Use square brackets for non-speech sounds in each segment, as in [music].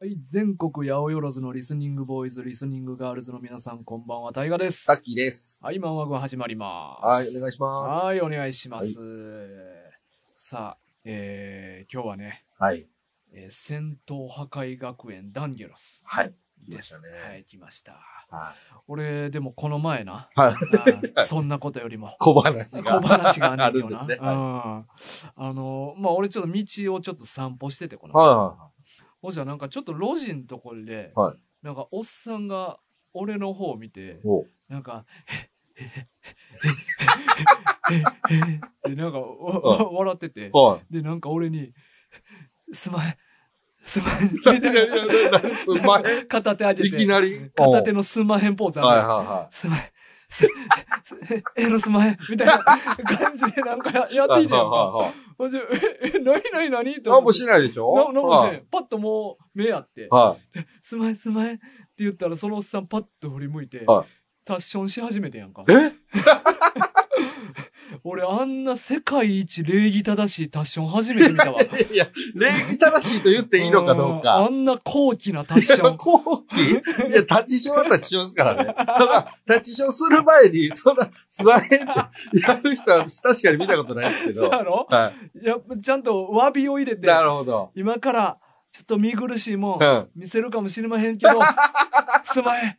はい、全国八百万のリスニングボーイズ、リスニングガールズの皆さん、こんばんは、大河ですさ。っきです。はい、マンワグ始まります。はい、お願いしまはい、お願いします。さあ、えー、今日はね、す。はい。えー戦闘破壊学園ダンゲロスはい。で来す。ましたねはい、来ました。は俺、でもこの前 [laughs] な、い。はい。あーそんなことよりも。小話が。小話があるよな。 [laughs] あるんですねうはいん。あの、まあ、俺ちょっと道をちょっと散歩してて、この前。はほじゃなんかちょっと路地のところで、はいなんかおっさんが俺の方を見てい。、おなんか、で、なんか、わ笑ってて、はい。で、なんか俺に、すまん、すまん、いやいやいやいやすんまへ片手上ん。げいきて、なり。片手の。のすまへんポーズあるはいやはんいはすまん、す、すエロすまへん、みたいな感じでなんかやい。っていてやんか。はいはいはいほんでえ、え、なになになにと何思もって。しないでしょななんもしてなはいい。パッともう目あって、はい。すまへん、すまへんって言ったら、そのおっさんパッと振り向いてはい、タッションし始めてやんか。え [laughs] 俺、あんな世界一礼儀正しいタッション初めて見たわ。いや、礼儀正しいと言っていいのかどううんあか。んな高貴なタッシいやョン。後期いや、立ちションは立ちションですからね。だから、立ちションする前に、そんな、スマヘンってやる人は確かに見たことないですけそうど。やろはいや、ちゃんと詫びを入れい。て、なるほど。今からちょっと見苦しいもうんん。見せるかもしれまへんけど、すまへん。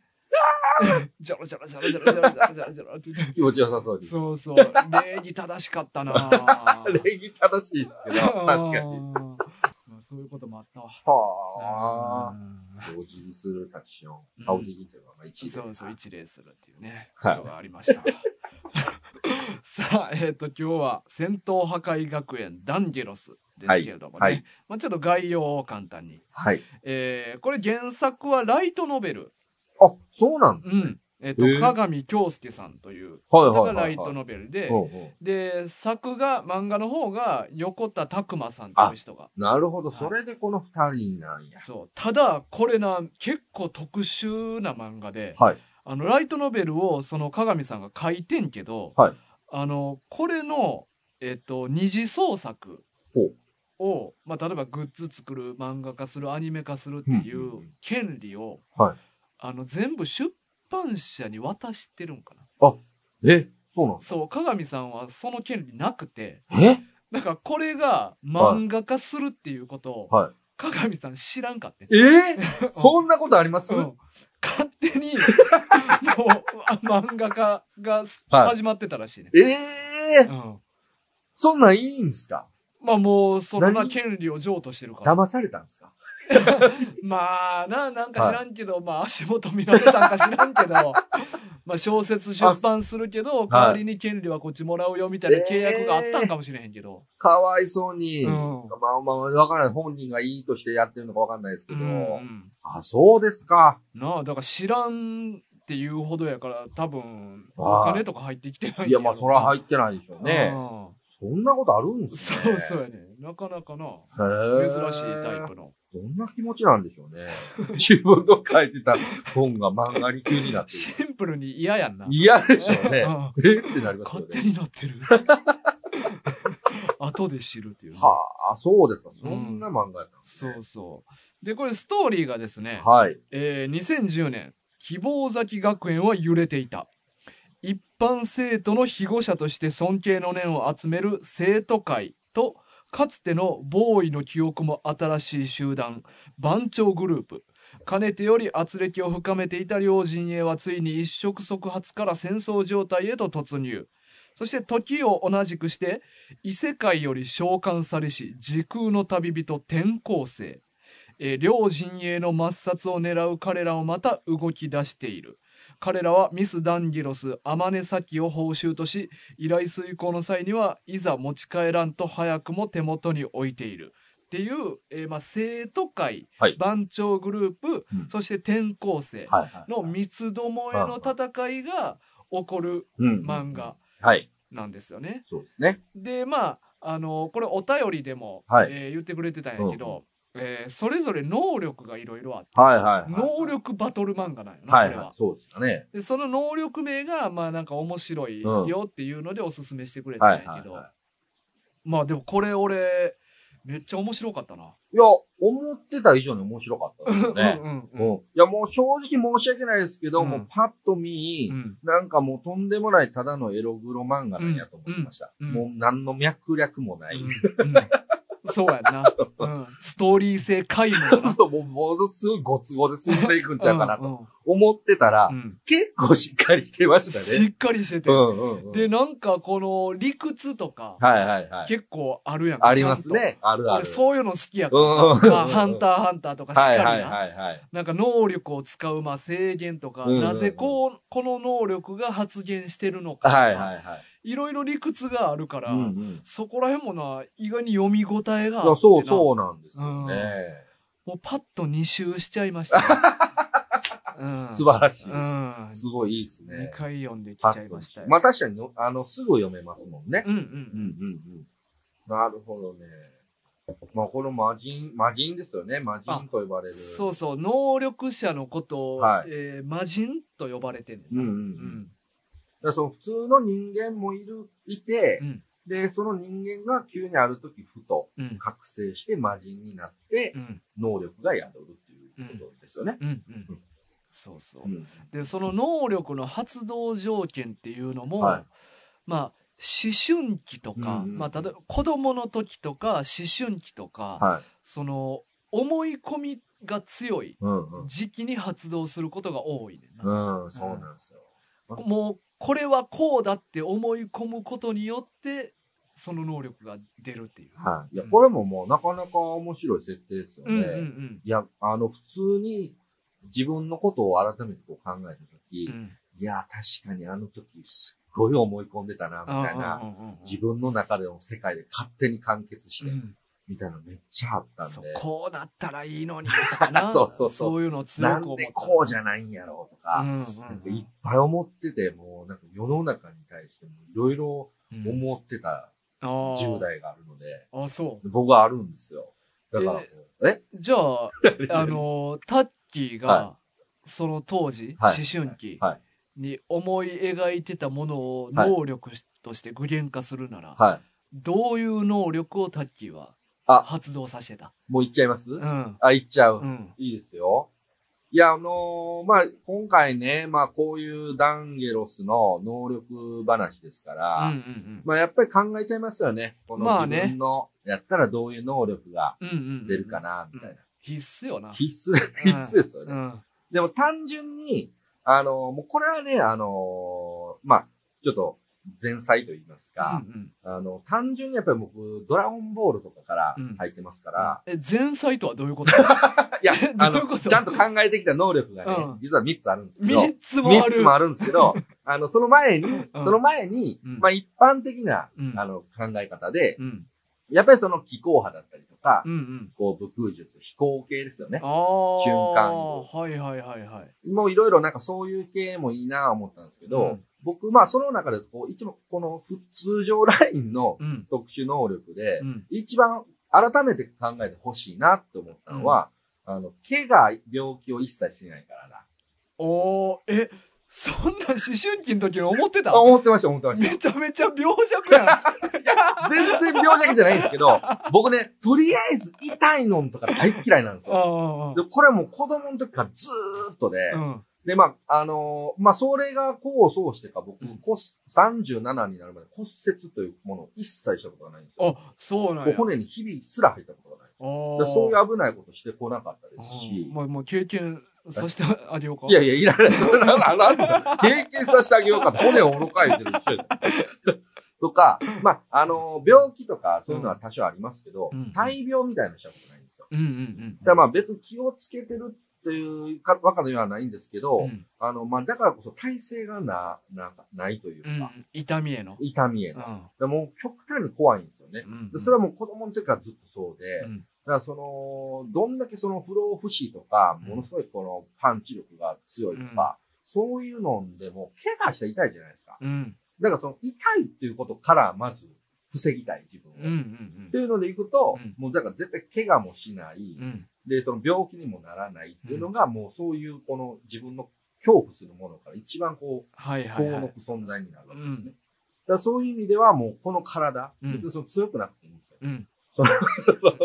じゃろじゃろじゃろじゃろじゃろじゃろじゃろじゃろって言って気持ちよさそうに。そうそう。礼儀正しかったな礼儀正しいですけど、確かに。に。そういうこともあったわ。はあ。うん同時にするタキショうんン、顔的にというのが一位でそうそう、一礼するっていうね、はいことがありました。 [laughs] さあ、えっ、と、今日は戦闘破壊学園ダンゲロスですけれどもね、はいはいまあ、ちょっと概要を簡単に。はい。えーこれ原作はライトノベル。あ、そうなんうだ。ん。えっ、と、へー加賀見京介さんというはい方はがいはラいイはトい。ノベルで、うんうんで、作が、漫画の方が横田拓馬さんという人が。なるほど。それでこの二人なんや。そう。ただ、これな、結構特殊な漫画で、はい。あのライトノベルをその鏡さんが書いてんけど、はいあのこれの、えっと、二次創作を、まあ、例えばグッズ作る漫画化するアニメ化するっていうんうんううん権利を、はいあの全部出版社に渡してるんかなえ、そうなんそう鏡さんはその権利なくてえだからこれが漫画化するっていうことを、はい鏡さん知らんかってんえーそんなことありますうん勝手 [laughs] にもうあ漫画化がはい始まってたらしいね、ええーうんそんなんいいんすかまあもうそんな何権利を譲渡してるから。騙されたんすかまあな、なんか知らんけど、まあ足元見られたんか知らん [laughs] けど、まあ小説出版するけど、代わりに権利はこっちもらうよみたいな契約があったんかもしれへんけど。かわいそうに。うんまあまあ、わからない。本人がいいとしてやってるのかわかんないですけうど。んあ、そうですか。なあ、だから知らんっていうほどやから、多分、おはい金とか入ってきてないいや、まあ、そらっ入ってないでしょうね。そんなことあるんですそね。うそうやね。なかなかな、へ珍ーしいタイプの。どんな気持ちなんでしょうね。 [laughs] 自分の書いてた本が漫画に急にな [laughs] ってシンプルに嫌やんな。嫌でしょうね。うんえってなります勝よ手ね。になって [laughs] る。後で知るっていうね、はあ、そうですか。そんな漫画やったんですそね、うそう。で、これストーリーがですね、はい。えー2010年、希望崎学園は揺れていた。一般生徒の被護者として尊敬の念を集める生徒会と、かつてのボーイの記憶も新しい集団、番長グループ。かねてより圧力を深めていた両陣営はついに一触即発から戦争状態へと突入。そして時を同じくして、異世界より召喚されし時空の旅人転校生。えー両陣営の抹殺を狙う彼らをまた動き出している。彼らはミス・ダンギロス、アマネサキを報酬とし、依頼遂行の際にはいざ持ち帰らんと早くも手元に置いている。っていう、えーまあ、生徒会、はい番長グループ、うんそして転校生はい、はい。の三つどもえの戦いが起こるうん漫画。はい。なんですよね。そうですね。でまああのこれお便りでも、はいえー言ってくれてたんやけど、えーそれぞれ能力がいろいろあってはいはい、はい。能力バトル漫画なんよな、はいこれははい。。そうですかね。でその能力名がまあなんか面白いよっていうのでおすすめしてくれたんはいやはけい、ど、はまあでもこれ俺めっちゃ面白かったな。いや、思ってた以上に面白かったですよね。うん [laughs] うんうんいや、もう正直申し訳ないですけど、うんもうパッと見、うん。なんかもうとんでもないただのエログロ漫画なんやと思いました。うんうんもう何の脈略もない。うんうんそうやん [laughs] な、うん。ストーリー性皆無やな。そうもうものすごいご都合で進んでいくんちゃうかなとうんうん思ってたら、うん結構しっかりしてましたしね。っかりしててう。んうんうん、で、なんかこの理屈とか、はいはいはい。結構あるやん。ありますね。あちるゃんと。あ俺る。そういうの好きやかうんうんうんらさ、まあハンターハンターとかしかはりいな。はいはいはい。なんか能力を使う、まあ、制限とか、うんうんうんなぜこう、この能力が発現してるのかとか、はいいはいはい。ろいろ理屈があるから、うんうん。そこら辺もな、意外に読み応えがあっいや、てなそうそうなんですよね。もうパッと2周しちゃい [laughs] ましたね、うん素晴らしい。うん。すごいいいです2ね。回読んできちパゃッいとましたよ。まあ確かにの、あの、すぐ読めますもんね。うんううんんうんうん。なるほどね。まあこの魔人、魔人ですよね。魔人と呼ばれうん。る。そうそう、能力者のことを、はいえー魔人と呼ばれてんねんうんうんう。うんだかん。らその普通の人間もいる、いて、うんで、その人間が急にある時ふとうん。覚醒して魔人になってう、ん。能力が宿るっていうことですよね。うん。うんうんそうそうう。ん。でその能力の発動条件っていうのも、はいまあ思春期とか、うんうんまあ、例えば子供の時とか思春期とか、はい。その思い込みが強いうんうん。時期に発動することが多いねんな、うん、そうなんですよ。もうこれはこうだって思い込むことによってその能力が出るっていう。はい。いや、これももうなかなか面白い設定ですよね。うんうんうんいや、あの、普通に自分のことを改めてこう考えたとき、うんいや、確かにあの時すっごい思い込んでたな、みうんうんたいな。うんうん自分の中での世界で勝手に完結して、うんみたいなのめっちゃあったんそうで。こうなったらいいのにとかな [laughs] そうそうそういうのを強なく思んったでこうじゃないんやろうとか、うんうんなんかいっぱい思ってて、もうなんか世の中に対してもいろいろうん思ってたあー10代があるので、あ、そう。僕はあるんですよ。だからこう、えじゃあ、あの、タッキーがは、その当時、はい思春期はいに思い描いてたものをはい能力として具現化するなら、はい。どういう能力をタッキーはあ発動させてたもう行っちゃいます、うん。あ、行っちゃう。うん。いいですよ。いや、あのーまあ、今回ね、まあ、こういうダンゲロスの能力話ですかうんうら、んまあ、やっぱり考えちゃいますよね。このまあ自ね分の、やったらどういう能力がうん。うんうん。出るか。な、みたいな。必須よな。必須、必須ですようね。ん。でも単純に、あのーもうこれはね、あのーまあ、ちょっと、前菜と言いますうんうか、んあの、単純にやっぱり僕、ドラゴンボールとかから入ってますから、え、前菜とはどういう [laughs] こといや [laughs] 、どういあうこの、とちゃんと考えてきた能力がね、うん実は3つあるんですけど、三つもあ三つるも。あるんです [laughs] けど、あの、その前に、うんその前に、うんまあ一般的な、うんあの、考え方で、うん。やっぱりその気候派だったりとか、うんうん。こう、武空術、飛行系ですよねあ。あ。瞬間移動はいはいはいはい。もういろいろなんかそういう系もいいなぁ思ったんですけど、うん僕、まあその中で、こう、一番、この普通常ラインのうん。特殊能力でう、ん。一番改めて考えてほしいなって思ったのは、あの、怪我、病気を一切しないからだ。おーえそんな思春期の時に思ってたあ思ってました、思ってました。めちゃめちゃ病弱 [laughs] やん全然病弱じゃないんですけど、僕ね、とりあえず痛いのんとか大っ嫌いなんですよ。あで、これはもう子供の時からずーっとで、あうんで、まあ、あのーまあ、それが功を奏してか、僕、うん骨37になるまで骨折というものを一切したことがないんですよ。あそうなんもうや骨にひびすら入ったことがない。あーでそういう危ないことしてこなかったですうんし、もうもう経験させてあげようかいやいや、いらない。それはなんですよ経験させてあげようか。骨を愚かいてる一緒やとか、まあ、あのー病気とかそういうのは多少ありますけど、うん大病みたいなのしたことないんですよ。うんうんだからまあ別に気をつけてるっていうか、わかではないんですけど、うんうんあの、まあだからこそ体勢がな、な、ないといううか、ん痛みへの痛みへうの。んでもう極端に怖いんですよね。うんでそれはもう子供の時からずっとそうで、うんだからその、どんだけその不老不死とか、うんものすごいこのパンチ力が強いとか、そういうのでも怪我したら痛いじゃないですか。うんだからその痛いっていうことからまず防ぎたい自分を。うんうんっていうのでいくと、うんもうだから絶対怪我もしない、うんうんで、その病気にもならないっていうのが、もうそういうこの自分の恐怖するものから一番こう、はいは遠いはのいく存在になるわけですうんね。だからそういう意味ではもうこの体、うん別にその強くなくていいんですよ。うんその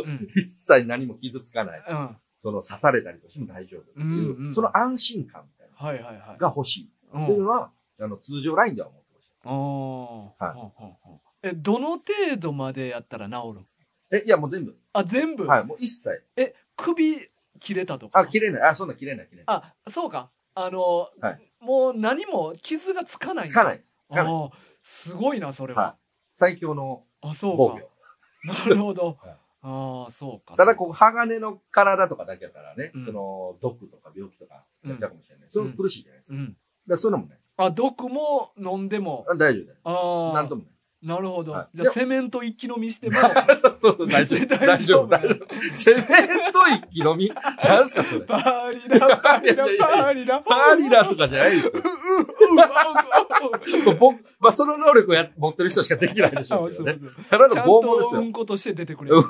うん [laughs] 一切何も傷つかない。うん。その刺されたりとしても大丈夫っていう、うんうんその安心感みたいなはいはいはいの。が欲しいうんっていうのは、あの通常ラインでは思ってましあーはいほんほんほんえ、どの程度までやったら治るた。え、いやもう全部。あ、全部、はい、もう一切。え、首切れたとかあ、切れない。あ、そんな切れない、切れなあ、そうか。あの、はいもう何も傷がつかないい。んだつかない。つかないあーすごいな、それはは。い。最強のあ、そう防か。御。なるほど。 [laughs] はいああ、そうか。ただ、こう、鋼の体とかだけだったらね、うんその、毒とか病気とかやっちゃうかもしれない。それも苦しいじゃないですか。うん。だからそういうのもね、あ、毒も飲んでも。あ大丈夫だよ。あなんとあ、もない。なるほど。はいじゃあ、セメント一気飲みしても。そうそう、 [laughs] 大丈夫。大丈夫。大大丈丈 [laughs] 夫。セメント一気飲みなんすか、それ。パーリラ、パーリラいやいやい、パやーリラ。パーリラとかじゃないですよ。うんう [laughs] ん僕、まあ、その能力をや持ってる人しかできないでしょうけどね。 [laughs] ただちゃのん拷問でとうすよ。んことして出てくれる。うん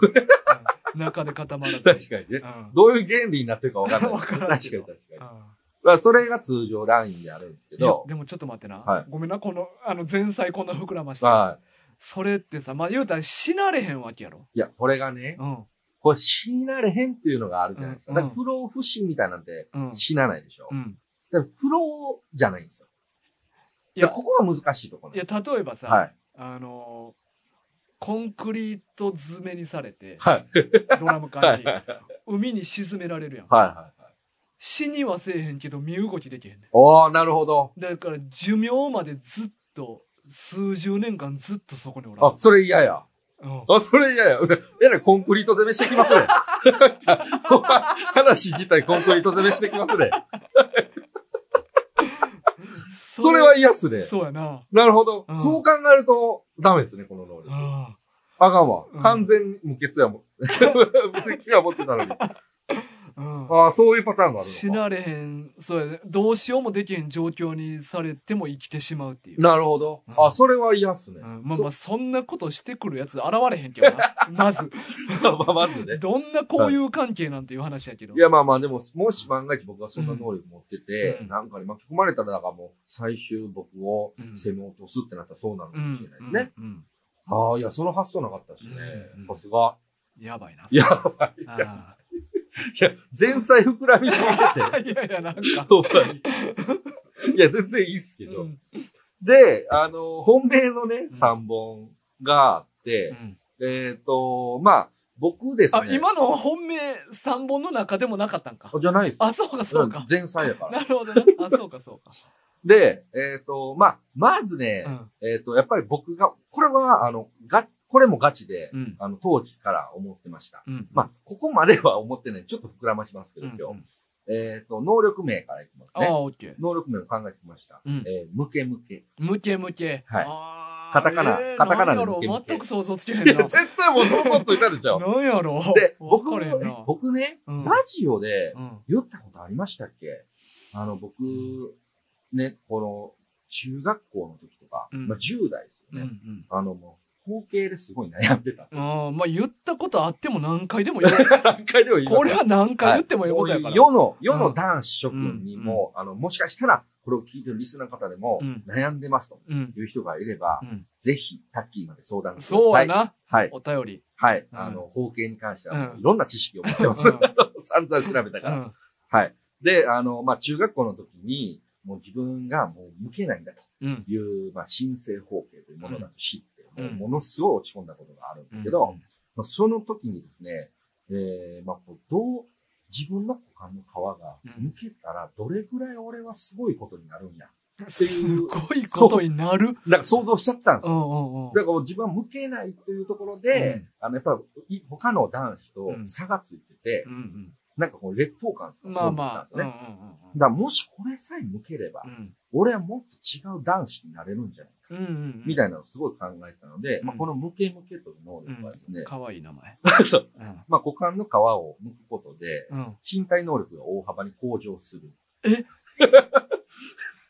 中で固まらず。確かにね。うんどういう原理になってるかわかんな [laughs] い。わか確んなかいにけ確どかに。うんまあ、それが通常ラインであるんですけいやど、でもちょっと待ってな、はいごめんなこのあの前菜こんな膨らまして、まあ、それってさまあ言うたら死なれへんわけやろいや、これがね、うんこれ死なれへんっていうのがあるじゃないですか。うんだから不老不死みたいなんてうん死なないでしょ。うんだから不老じゃないんですよ。いいやや、ここが難しいところいや例えばさ、はい。あのーコンクリート詰めにされてはい。ドラムは缶い。にはい。はい海に沈められるやんはい。死にはせえへんけど身動きできへんねんおー、なるほど。だから寿命までずっと数十年間ずっとそこにおらあん、、それ嫌や。うんあ、それ嫌や。 [laughs] えらいコンクリート攻めしてきますね。 [laughs] 話自体コンクリート攻めして [laughs] きますね。そそれは嫌っすね。そうやななるほど、うんそう考えるとダメですね、この能う力。んあかんわうん。完全に無欠やもん。無欠や持ってたのに。うんああ、そういうパターンがある死のか。なれへんそうやねどうしようもできへん状況にされても生きてしまうっていう、なるほど。うんあ、それは嫌っすねう。ん、まあまあそんなことしてくるやつ現れへんけどなまず [laughs] まあ、まずね。どんな交友関係なんていう話やけどいや、まあまあ、でも、もし万が一僕がそんな能力持ってて、うんなんかに巻き込まれたら、だからもう、最終僕を攻め落とすってなったらそうなのうかもしれんないですね。うんうんああ、いや、その発想なかったしねうん。さすが。やばいないや、あいや、前菜膨らみす [laughs] ぎてて。ーいやいやなんか、ほんまにいや、全然いいっすけうど。んで、あの、本命のね、うん3本があって、えっ、と、まあ、僕ですね。あ今の本命3本の中でもなかったんかじゃないですあそうかそうか、前菜やから。なるほどなあそうかそうか、で、えっ、と、まあ、まずね、うん [laughs] えっ、と、やっぱり僕が、これは、あの、が、これもガチで、うんあの、当時から思ってました。うんまあ、ここまでは思ってない。ちょっと膨らましますけうど、ん今日。うんえっ、と、能力名からいきますああね。オッケー能力名を考えてきました。うんえームケムケ。ムケムケ。はいあーカタカナえーカタカナなでんやろムケムケ全く想像つけへんいや、な [laughs] 絶。対もうそんなこといたでしょ。なんやろで、わ僕かれへんな、僕ね、うんラジオでうん言ったことありましたっけあの、僕、ね、この、中学校の時とか、うんまあ10代ですうんようね。ん。あの、もう、方形ですごい悩んでた。あーまあ言ったことあっても何回でも言う。何回でも言いますこれは何回言ってもはいいことやから。世の、世の男子諸君にも、あの、もしかしたら、これを聞いてるリスナーの方でもうん、悩んでますとうん。いう人がいればう、んぜひ、タッキーまで相談してくだそうさやい。な、はい。お便り。はい。うんあの、方形に関してうは、んいろんな知識を持ってます。散々調べたうから。んはい。で、あの、まあ、中学校の時に、もう自分がもう向けないんだとうん。いう、まあ、新生方形というものだと知って、うんもうものすごい落ち込んだことがあるんでうすんけど、、まあ、その時にですね、えー、まあ、こうどう、自分の股間の皮がうん向けたら、どれぐらい俺はすごいことになるんや。すごいことになる。なんか想像しちゃったんですうよ。んうんうんだからもう自分は向けないというところで、うんあの、やっぱりい他の男子と差がついてて、うんなんかこう劣等感とうん。かまあまあ。そううんいううんのがったんですねだからもしこれさえ向ければ、俺はもっと違う男子になれるんじゃないうか、んうん。うんうんみたいなのをすごい考えてたので、うんまあ、この向け向けという能力はですね、かわいい名前。 [laughs] そううんまあ、股間の皮を剥くことで、うん。身体能力が大幅に向上する。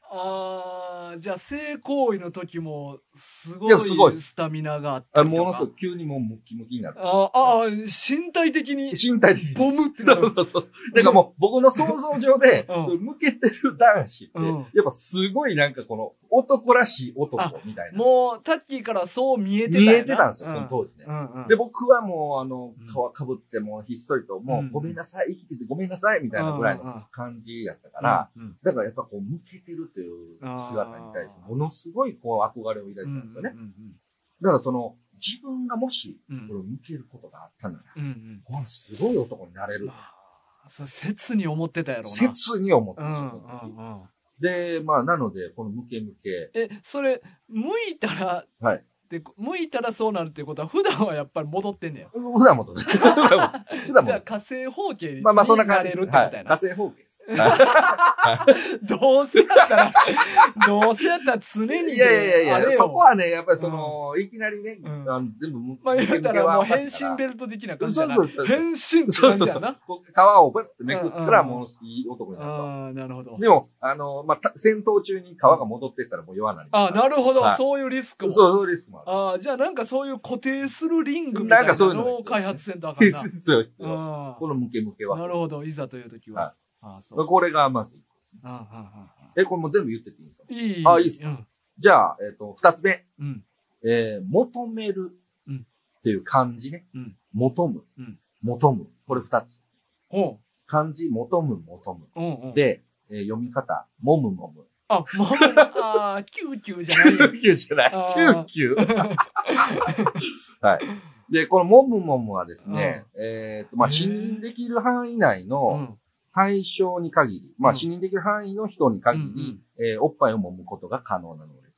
あーじゃあ性行為の時もすごいやすごいいスタミナがあったありとかものすごく急にもうムキムキになる。ああ、身体的に身体的に。ボムってな [laughs] そうる。そうそう。だからもう僕の想像上で、うんその向けてる男子って、うんやっぱすごいなんかこの男らしい男みたいな。もう、タッキーからそう見えてたん見やなえてたんですよ、うその当時ね。うんうんで、僕はもう、あのうん、皮かぶって、もうひっそりと、うもんう、ごめんなさい、生きててごめんなさい、みたいなぐらいの感じやったから、うんうんだからやっぱこう、向けてるという姿に対して、ものすごいこう、憧れを抱いてたんですよね。うんうんだからその、自分がもし、うんうんこれを向けることがあったなら、うんこのすごい男になれうんるま。あそう切に思ってたやろうな。切に思ってうまんしうたその時んうん。で、まあ、なので、このムケムケ。え、それ、向いたら、はいで、向いたらそうなるっていうことは、普段はやっぱり戻ってんねや。普段もとね。普段じゃあ、も。火星方形にまあまあ、そんな感れじ。るってみたいな。火星方形です。は [laughs] どうせやったら、どうせやったら常いに、いやいやいやあいれや、よそこはね、やっぱりその、いきなりね、うんあの全部ムまあ言うたらもう変身身ベルト的な感じやな。そうそうそう変身ってそう感じそうやそうな。。こう皮をバッてめくったら、うんうんうんものすごいいい男になると。ああ、なるほど。でも、あの、まあ、た戦闘中に皮が戻ってったらもう弱なります。ああ、なるほどは。いそういうリスクそうも。そうですもん。ああ、じゃあなんかそういう固定するリングみたいなんなかそういうのがのを開発せんとあかん [laughs] な必。要必要あこのムケムケあ、なは。るほど。いざという時は。ああ、そう。これがまず一個ですね。ああ、あえ、これもう全部言ってていいんですかあいい。あいいっすうん。じゃあ、えっ、と、二つ目。うん。えー求めるうんっていう漢字ね。うん求む、うん求む。これ二つ。ほ漢字、求む、求む。う。うんうん。、で、えー読み方、もむもむ。あ、まあ、ああ、キューキューじゃ [laughs] ないよ。キューじゃないあーキューキュー [laughs] はい。で、このもむもむはですね、えっ、と、まあ、へー死認できる範囲内うのん。対象に限り、まうあ、ん死認できる範囲の人に限り、えーおっぱいを揉むことが可能なのです。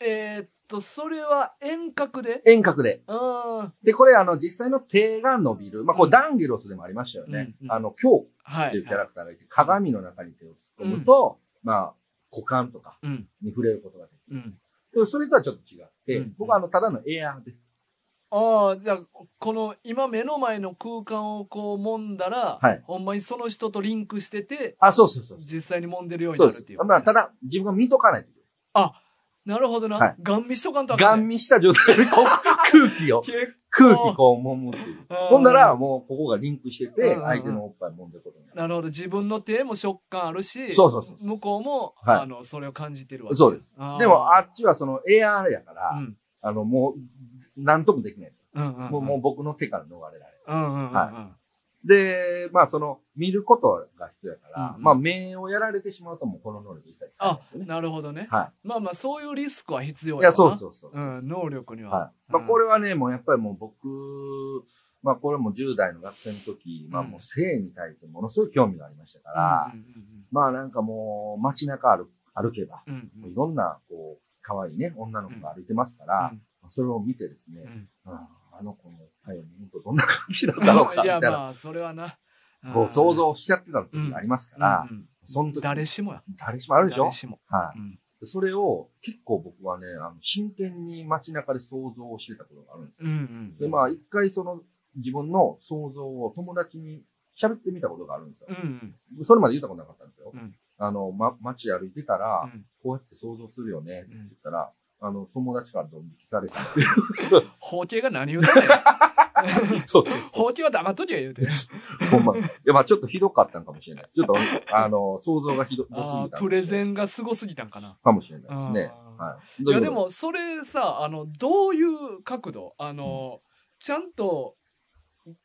えーっと、それは遠隔で遠隔で。うん。で、これ、あの、実際の手が伸びる。まあ、これ、ダンゲロスでもありましたよね。うんうんあの、今日はっていういキャ。ラクターがいて、鏡の中に手を突っ込むと、まあ、股間とかうん。に触れることができうん。る。でもそれとはちょっと違って、うん僕はあの、ただのエアーです。ああ、じゃあ、この今目の前の空間をこう揉んだら、はいほんまにその人とリンクしてて、あ、そうそうそうそ実際に揉んでるようう。になるそっうてでいす。う。まあ、ただ、自分が見とかないといけなるほどな。はいガン見しとかんとなあい。かガんンね。見した状態 [laughs] で、こう空気を、結空気こう揉むっていう。構ほんなら、、もう、ここがリンクしてうんうてんう、ん相手のおっぱい揉んでることになる。なるほど。自分の手も食感あるし、そうそうそうそ向こうも、はいあの、それを感じてるわけ。そうです。あーでも、あっちはそのエアーやから、うん。あの、もう、なんともできないです。うんうんうん。もう、もう僕の手から逃れられうんうんうんうん。はる。で、まあ、その、見ることが必要だから、うんうんまあ、目をやられてしまうともうこの能力一切使えないですよね。なるほどね。はまあまあ、そういうリスクは必要い。やいや、そうう。そうそう。うん、能力には。はい。まあ、これはね、もうやっぱりもう僕、まあ、これも10代の学生の時、まあ、もう性に対してものすごい興味がありましたから、うんまあ、なんかもう、街中歩歩けば、うんうんうんもううんいろんな、こう、可愛いね、女の子が歩いてますから、それを見てですね、うんあの子の体温見るとどんな感じなんだろうか、みたいやいな。まあそれはなこう想うん像しちゃってた時がありますから、うんうんその時誰しもや誰しもあるでしょ誰しもはうんい。それを結構僕はね、あの真剣に街中で想像をしてたことがあるんでうんうんす。で、まあ一回その自分の想像を友達に喋ってみたことがあるんですよう。んそれまで言ったことなかったんですよ。うんあの、ま、街歩いてたら、うんこうやって想像するよねっうてん言ったら、あの、友達からどん引か [laughs] れて。包茎が何言うとんね [laughs] んそうそう包茎は黙っときゃ言うてほんま。いや、まあちょっとひどかったんかもしれない。ちょっと、あの、想像がひど、ひどすあぎーた。プレゼンがすごすぎたんかなかもしれないですね。あーはい。いやで、もそれさあのどういう角度あのちゃんと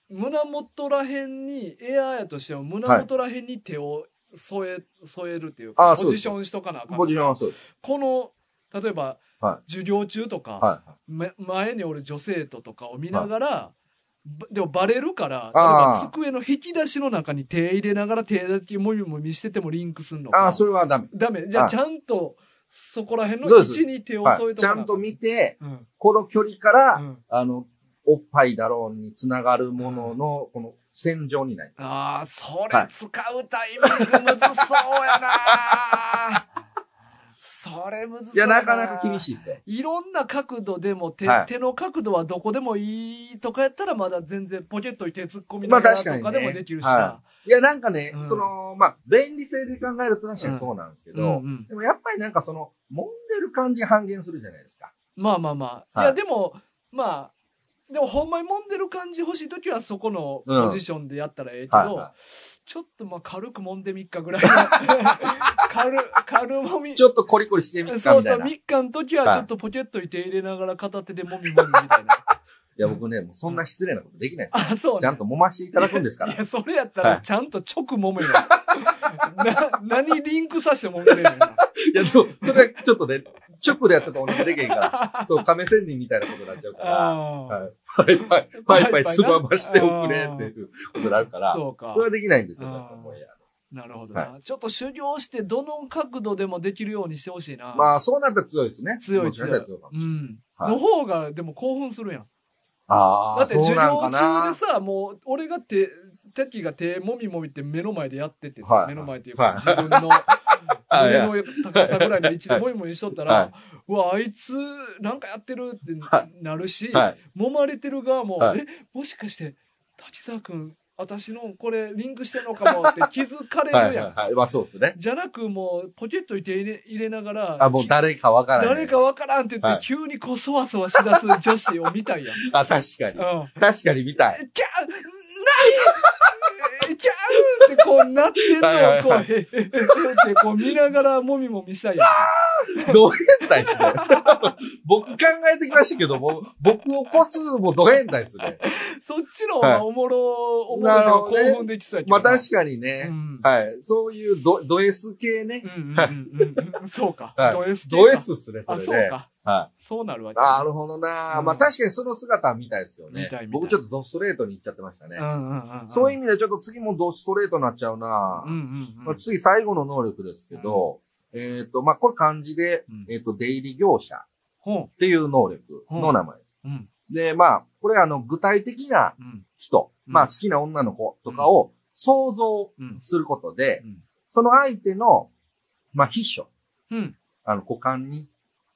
胸元らへんにエアーやとしても胸元らへんに手を添え添えるっていうあかーそうポでジすションしとかなあかんポジションはそうです。この例えばは授業中とかはいはめ前におる女生徒とかを見ながら、ばでもバレるから例えあーば机の引き出しの中に手入れながら手だけもみもみしててもリンクすんのい。かああ、それはダメ。ダメじゃあはいちゃんとそこら辺そのう位です置に手をは添えい。とちゃんと見て、うんうんこの距離から、うんあの、おっぱいだろうにつながるものの、この線上にない。ああそはれい使うタイミングむずそうや [laughs] なそれむずそういや、なかなか厳いしいですよ。いろんな角度でも手,、はい手の角度はどこでもいいとかやったらまだ全然ポケットに手突っ込みながらまあ確とかにねかでもできるしなはいいや、なんかね、うんその、まあ、便利性で考えると確かにそうなんですけうんど、うんでもやっぱりなんかその、揉んでる感じ半減するじゃないですか。まあまあまあ、はいい、やでもまあでもほんまに揉んでる感じ欲しい時はそこのポジションでやったらええけど、はいはちょっとまあ軽く揉んで3日ぐらいの [laughs] 軽軽もみちょっとコリコリしてみっかそうみたそ、いうな。い3日の時はちょっとポケットに手入れながら片手でもみもみみたいな。 [laughs] や、僕ね、もうそんな失礼なことできないですよ。あ、そうちゃんと揉ましていただくんですからい。や、それやったはらいちゃんと直揉めよ。 [laughs] な、何リンクさして揉めてんの今 [laughs] いや、でも、それはちょっとね、直ではちょっとお願いできへんから、そう、亀仙人みたいなことになっちゃうから、あはい。パイパイ、パイパイパイパイなつまましておくれっていうことになるかあ。ら、そうかそれ。はできないんですよ。あーだからもうやなるほどな。ちょっと修行して、どの角度でもできるようにしてほしいな。まあ、そうなったら強いですね。強い強いそうなったらかもうん。はいの方が、でも興奮するやん。ああ、だって授業そうなんか中なでさ、もう、俺が手、テッキが手もみもみって目の前でやっててはさい、目の前っていうはか、い自分 [laughs] のはい胸の高さぐらいの位置でもみもみしとったはらい、うわ、あいつ、なんかやってるってはなるし、はい。揉まれてる側も、はいえもしかして滝沢君私のこれリンクしてんのかもって気づかれるやん、はいはいはい。まあそうですね。じゃなくもうポケットに手入れ入れながらあ、もう誰かわからない。誰かわからんって言って、はい急にこうそわそわしだす女子を見た [laughs] いやん、うん、あ、確かにキャ。ー確かに見たい。ないキャーってこうなってんのはいはいをこう、はへへへへってこう見ながらもみもみしたいやん。ド変態ですね。 [laughs] 僕考えてきましたけども、僕を越すのもド変態ですね。そっちの方がおもろ、おもろいというかなるほどね興奮できそうやけどまな。あ確かにね。うんはい。そういうド、ド S 系ね。うんうんうん [laughs] うん。そうかは。いド S 系かド S っすね、そあ、れね。そうか。はそうなるわい。け。なるほどな、うんまあ確かにその姿は見たいですけどね見たい見たい。僕ちょっとドストレートに行っちゃってましたね。うんうんうん。そういうう意味でちょっと次もドストレートになっちゃうな、んうんうまあん。次最後の能力ですけど、えっ、と、まあこれ漢字で、うんえっ、と、出入り業者ほっていう能力の名前です。う。うんで、まあ、これあの、具体的なうん人、うんまあ好きな女の子とかを想像うんすることで、うんその相手の、まあ秘書、うん。あの股間に、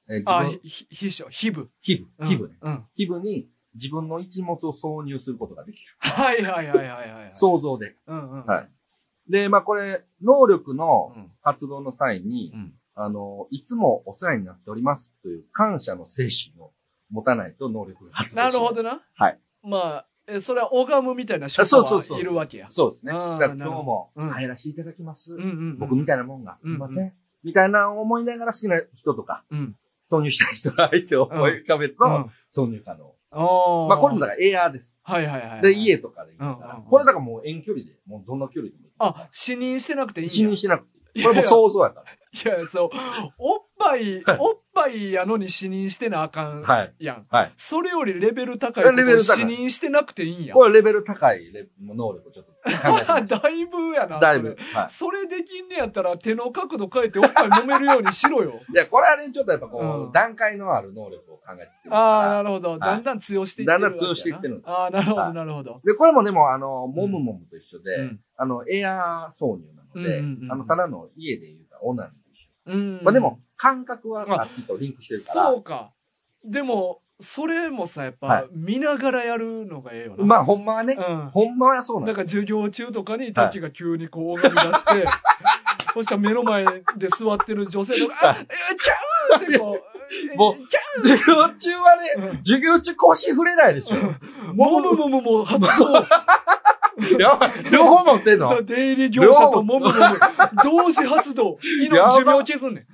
えー自あ、分、ひ、ひ秘書、皮膚。皮う膚、ん皮膚ね。うん。皮膚に自分の一物を挿入することができる。はいはいはいはいはいはい。想像で。う。うんうん。はいで、まあこれ、能力のうん活動の際に、うんあの、いつもお世話になっておりますという感謝の精神を持たないと能力が発動しなないるほ。どな。はい。まあ、えそれは拝むみたいな職そうそうそうはいるわけや。そうですね。だあーから今日なもるほどうん入らせていただきます。うんうんうん。僕みたいなもんが、すうんいません。みたいな思いながら好きな人とか、うん。挿入したい人の相手を思い浮かべると、うん挿入可能。おーまあ、これもだから AR です。はいはいはいはい。で、。家とかでいいから、うんうんうんこれだからもう遠距離で、もうどんな距離でもいい。あ、死認してなくていいんや一任してなくていい。これもう想像やかいや、そう、おっぱい、はい。おっぱいやのに死認してなあからんはい。やん。はい。それよりレベル高いことレベをル高死い認してなくていいんや。これレベル高いレ能力をちょっと考えて [laughs] みあまだいぶやな。す。だいぶ。そはれ。それできんねやったら手の角度変えておっぱい揉めるようにしろよ。い。いや、これ [laughs] はね、ちょっとやっぱこう、うん段階のある能力を考えてみるああ、かならるほど。だんだん強していってるわけやな。だんだん強していってるんですああ、なるほはど、いなるほど。で、これもでも、あの、もむもむと一緒で、うんあの、エアー挿入なので、うんうんうんあの、ただの家で言うたオナニーと一緒。うん。まあでも、感覚はあっちとリンクしてるから。そうか。でも、それもさ、やっはぱい、見ながらやるのがええよな。まあ、ほんまはね、うん。ほんまはそうなんなんですか授業中とかに滝が急にこう拝み出して、そしたら目の前で座ってる女性とか、あ、えちゃうってこう、もうえちゃ授業中はうね、うん授業中腰触れないでしょ。もむもむも発動。やばい両方持ってんのさ、出入り業者ともむもむ、同時発動。やば命寿命削んねん。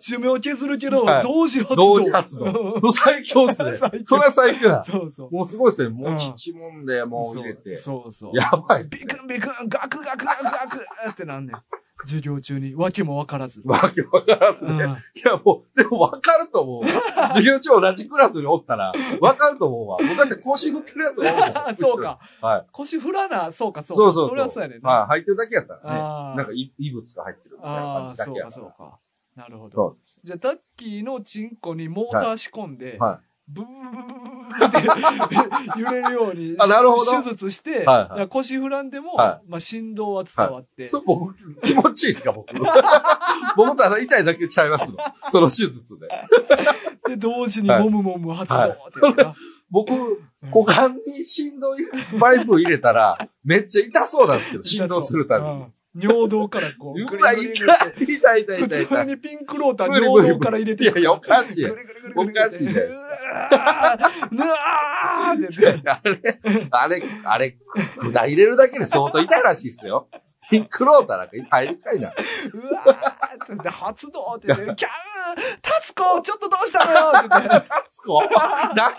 寿命削るけどは、い同時発動。同時発動。最強っすね。 [laughs] 最強それは最強だ。そうそう。もうすごいっすね。うもんう父もんで、もう入れて。そうそう。やばいっす。ビクンビクン、ガクガクガクガクってなんねん。授業中に、わけもわからず。わけわからずうね。んいや、もう、でもわかると思うわ。 [laughs] 授業中同じクラスにおったら、わかると思うわ。僕だって腰振ってるやつがおるもあ [laughs] んそうか。。はい。腰振らな、そうか、そうか。そそうそうう。れはそうやねんな。はい、入ってるだけやったらね。あーなんかい異物が入ってるみたいなあ感じー、だそけうやか、かそうか。なるほそどう。じゃあ、タッキーのチンコにモーター仕込んで、ら。はい。ブーブーブーブーブーって揺れるようにあなるほど手術して、いはいだから腰振らんでも、はまあ、振動は伝わって、それ僕、気持ちいいです [laughs] か、僕。僕ただ痛いだけちゃいますの。その手術で。で、同時にはいもむもむ発動はっいていうかな僕、股間に振動パイプ入れたら、めっちゃ痛そうなんですけど、振動するたびうに。ん尿道からこう、うぐわ、り痛ぐい、り痛い、痛い、痛い、普痛い。通にピンクローター無理尿道から入れていやいや、おかしいやんぐ。りぐりぐりぐりおかしいじゃないでうすわわーぬわーって言って、あれ、あれ、あれ、札入れるだけで相当痛いらしいっすよ。ピンクローターなんか入るかいな。うわーって言って、発動って言って、キャー達子ちょっとどうしたのよって言って、タツコダ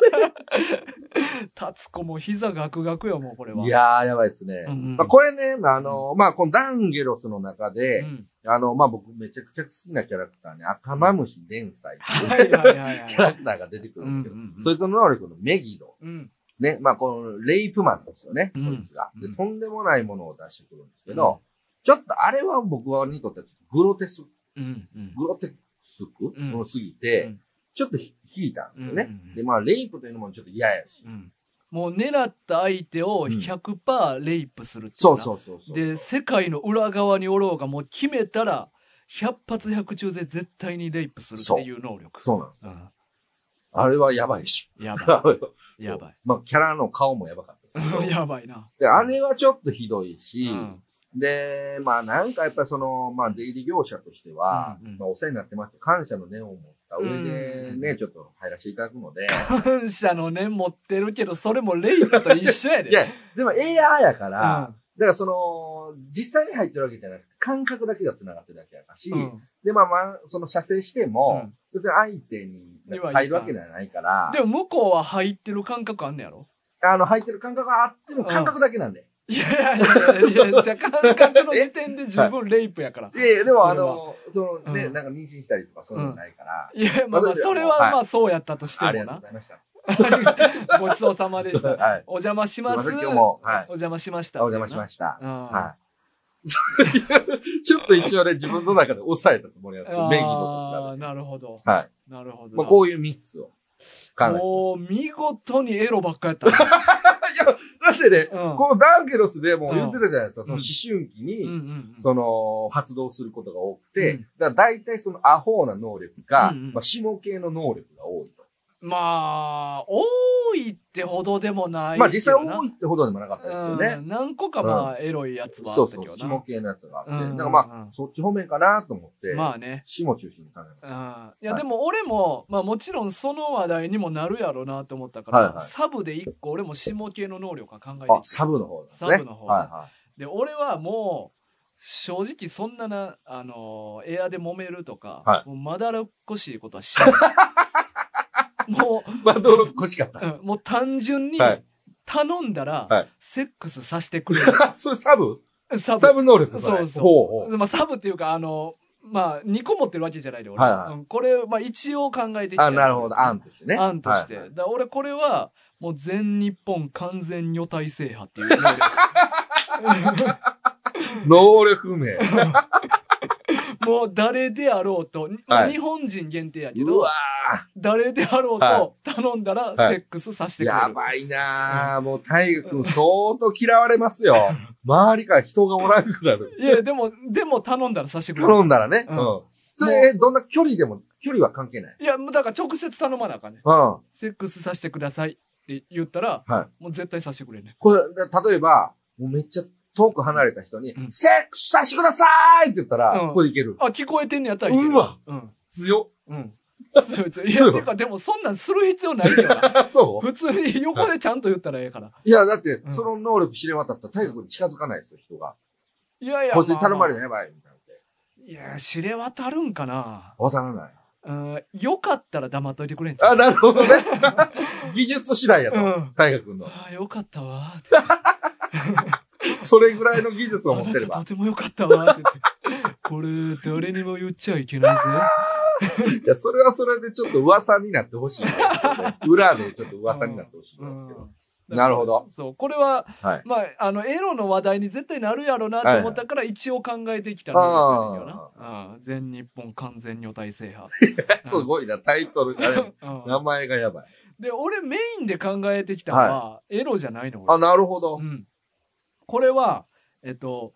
達子も膝ガクガクよ、もうこれは。メいやー、やばいっすね。うん、まあ、これね、まあ、あの、まあ、このダンゲロスの中で、うんあの、まあ、僕めちゃくちゃ好きなキャラクターね、赤マムシ連載っていうはいはいはいはいキャラクターが出てくるんですけど、うんうんうんそいつの能力のメギド。うんね、まあ、このレイプマンですよね、うんこいつが。でうん、とんでもないものを出してくるんですけうんど、ちょっとあれは僕はにとってはちょっとグロテスク、うんうんグロテスク、うんものすぎて、うんちょっとひ引いたんですよね。うんうんうんで、まあ、レイプというのもちょっと嫌やし。うんもう狙った相手を100%レイプするっていそううそうそうそう。な。で、世界の裏側におろうが、もう決めたら、100発100中で絶対にレイプするっていう能力。そうなんです。うんあれはやばいし。 [laughs] やばい。やばい。まあ、キャラの顔もやばかったです [laughs] けどやばいな。で、あれはちょっとひどいし、うんで、まあなんかやっぱりその、まあ出入り業者としては、うんうんまあお世話になってます感謝の念を持った上うでんね、ちょっと入らせていただくので、感謝の念持ってるけど、それもレイプと一緒やで。いや、でもエアーやから、うだからその、実際に入ってるわけじゃなくて、感覚だけが繋がってるだけやからし、んうんで、まあまあ、その射精しても、うん別に相手に入るわけではないからで、も向こうは入ってる感覚あんねや [laughs] ろあの、入ってる感覚があっても感覚だけなんで。いやいやいやいやいや、じゃあ感覚の時点で十分レイプやから。いやいやでもそあれはの、そのね、うんなんか妊娠したりとかそういうのないから、いや、まあまあ、それはまあそうやったとしてありもがとなうご。ざいました。ごちそうさまでした。はい。お邪魔します。すいません今日もはおい邪魔しました。お邪魔しました。た。うん。 [laughs] はい。ちょっと一応ね、自分の中で抑えたつもりなんですけど、名義あのあ、なるほど。はい。なるほど。まあ、こういう3つを考えて。もう、見事にエロばっかやった [laughs] な。いや、だってね、うんこのダンケロスでもう言ってたじゃないですか、んその思春期うんうに、んうん。その、発動することが多くうてん、だから大体そのアホな能力かうんうん、まあ、下系の能力が多いと。まあ、多いってほどでもないけどな。まあ、実際多いってほどでもなかったですけどうね。ん何個かまあ、エロいやつはあそっうたそけどう、な。下系のやつがあって。だうんからまうあん、そっち方面かなと思って、まあね。下中心に考えましたう。んいやでも俺も、まあもちろんその話題にもなるやろうなと思ったから、はいはいサブで一個俺も下系の能力は考えていあた、サブの方ですね。サブの方はいはで俺はもう正直そんななあのーエアで揉めるとか、はもうまだらっこしいことはし [laughs] ないもい。まあ、どう欲しかった。 [laughs] ううんもう単純にはい頼んだら、はいセックスさせてくれ [laughs] あそれサブるサブサブ能力そうれそうほうほう。まあ、サブっていうかあのまあ2個持ってるわけじゃないで俺、はいはいうんこれ、まあ、一応考えてきたあ、なるほど。案としてね。案として、はいだから俺これはもう全日本完全女体制覇っていう能 [laughs] 力能 [laughs] 力名。もう誰であろうと、まあ日本人限定やけうどわ誰であろうはと頼んだらはいセックスさせーてくれる、やばいなーもう体育君相当嫌われますよ。周りから人がおらんくなる。い、やでもでも頼んだらさせてくれる頼んだらね。ううんん。それ、どんな距離でも、距離は関係ない。いやもうだから直接頼まなあかんねんうん。セックスさせてくださいって言ったら、はもう絶対させてくれんねこれ、例えば、もうめっちゃ遠く離れた人にう、んセックスさせてくださーいって言ったら、うんここでいける。んあ聞こえてんねやったらいけるうわうん強うんそうそういや、てか、でもそんなんする必要ないけどな。っ。 [laughs] そ [laughs] う普通に横でちゃんと言ったらええから。いや、だってう、んその能力知れ渡ったら体育に近づかないですよ、人が。いやいや、こいつに頼まれあるやばい、みたいな。いや、知れ渡るんかな。渡らない。うん、よかったら黙っといてくれんちゃあ、うなるほどね。 [laughs] 技術次第やうと。ん。大学の。ああ、よかったわーって言って。それぐらいの技術をあ持っなてたればと。てもよかったわーって [laughs] 言って。これ、誰にも言っちゃいけないぜ。いや、それはそれでちょっと噂になってほしいですよ [laughs] ね。裏でちょっと噂になってほしいんですけど。うんなるほど。そう、これは、はいまあ、あの、エロの話題に絶対なるやろうなと思ったから、一応考えてきたのよな。うん全日本完全女体制覇。 [laughs] すごいな、タイトルがね。うん [laughs] 名前がやばい。で、俺メインで考えてきたのは、エロじゃないの、俺あ、なるほどう。ん。これは、えっと、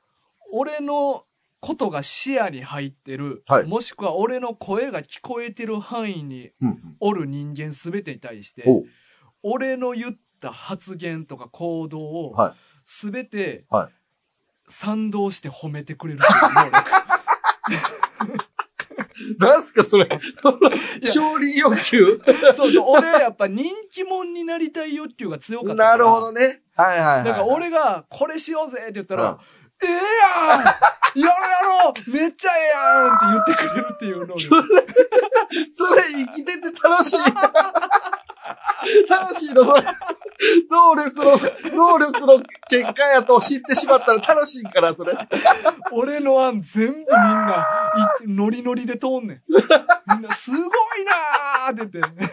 俺のことが視野に入ってる、はいもしくは俺の声が聞こえてる範囲にうんうんおる人間全てに対して、おう俺の言った発言とか行動をはい、全てはい賛同して褒めてくれるっていう能力なんすか、それ。や勝利欲求そうそう、俺やっぱ人気者になりたい欲求が強かったから。なるほどね。はいはい、はい。だから俺がこれしようぜって言ったら、うんええやんやろうやろうめっちゃええやんって言ってくれるっていう能力。それ生きてて楽しい。 [laughs] 楽しいの、それ。能力の、能力の結果やと知ってしまったら楽しいから、それ。俺の案全部みんな、いノリノリで通んねん。みんな、すごいなーって言って。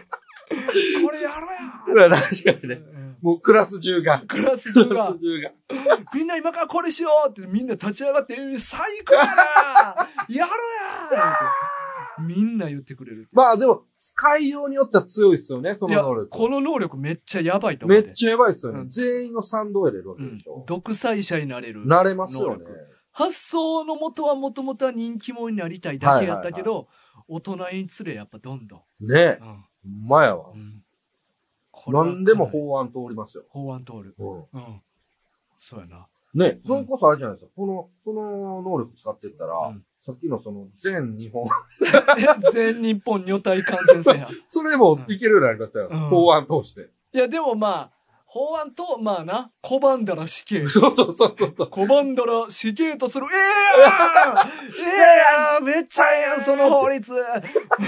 これやろう確かにやね。うんもうクラス中が。クラスク中ラがス、中が。みんな今からこれしようってみんな立ち上がって、えー最高やなーやろうやーってみんな言ってくれる。まあでも、使いようによっては強いですよね、そいや、の能力。この能力めっちゃやばいと思めうでっちゃやばいですようね。ん全員の賛同やでるわうけでんしょ。独裁者になれる。なれますよ能。ね発想の元はもともとは人気者になりたいだけやったけど、大人につれやっぱどんどん。ねうんほんまやわう。んこれは何でも法案通りますよ。法案通る。うん。そうやな。ねそれこそあれじゃないですか。この、この能力使ってったら、うんさっきのその全日本、 [laughs] え [laughs] 全日本女体感染制覇。それもいけるようになりましたよ。うん法案通して。 [laughs] いや、でもまあ、法案と、まあな、拒んだら死刑。そうそうそうそうそう。 [laughs] 拒んだら死刑とする。ええやんえ [laughs] えやんめっちゃええやんその法律 [laughs]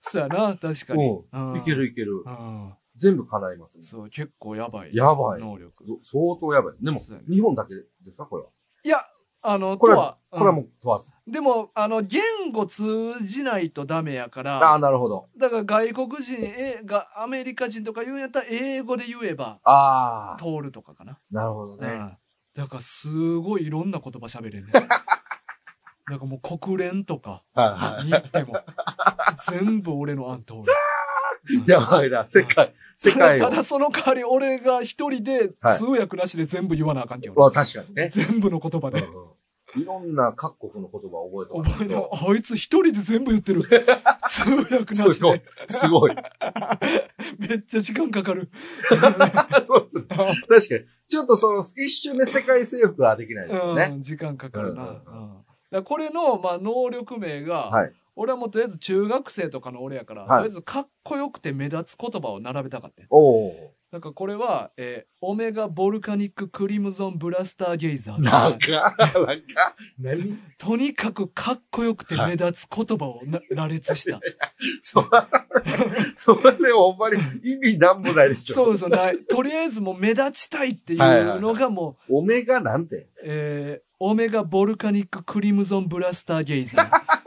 そうやな、確かに。ううんん、いけるいけるう。ん。全部叶いますね。そう、結構やばい。やばい。能力。そ相当やばい。でもそうや、日本だけですかこれは。いや、あの、ことれはは、これはうんもう問わず。でも、あの、言語通じないとダメやかああ、ら、なるほど。だから外国人、え、が、アメリカ人とか言うんやったら、英語で言えば、ああ、通るとかかな。なるほどうね。ん。だから、すごいいろんな言葉喋れ [laughs] んねん。なんかもう国連とか、はいはい。に行っても、全部俺の案通る。うんやばいな、世界、世界ただをた。だその代わり俺が一人ではい通訳なしで全部言わなあかんけど、まあ確かにね。全部の言葉で。いろんな各国の言葉を覚え覚えてなおかあいつ一人で全部言っ [laughs] てる。通訳ないとなすしごいで。、すごい。めっちゃ時間かかる。そうですね。確かに。ちょっとその、一瞬で世界征服はできないですよね。うん、時間かかるな。ううんうんんだからこれの、まあ、能力名が、はい俺はもうとりあえず中学生とかの俺やから、はとりいあえずかっこよくて目立つ言葉を並べたかった。おお。なんかこれは、えーオメガボルカニッククリムゾンブラスターゲイザーなんだ。か、なんか、何とにかくかっこよくて目立つ言葉をな、羅列 [laughs] した。そら、それほんまに意味なんもないでしょ。そうそうない。とりあえずもう目立ちたいっていはいはういのがもう、オメガなんて。えーオメガボルカニッククリムゾンブラスターゲイザー。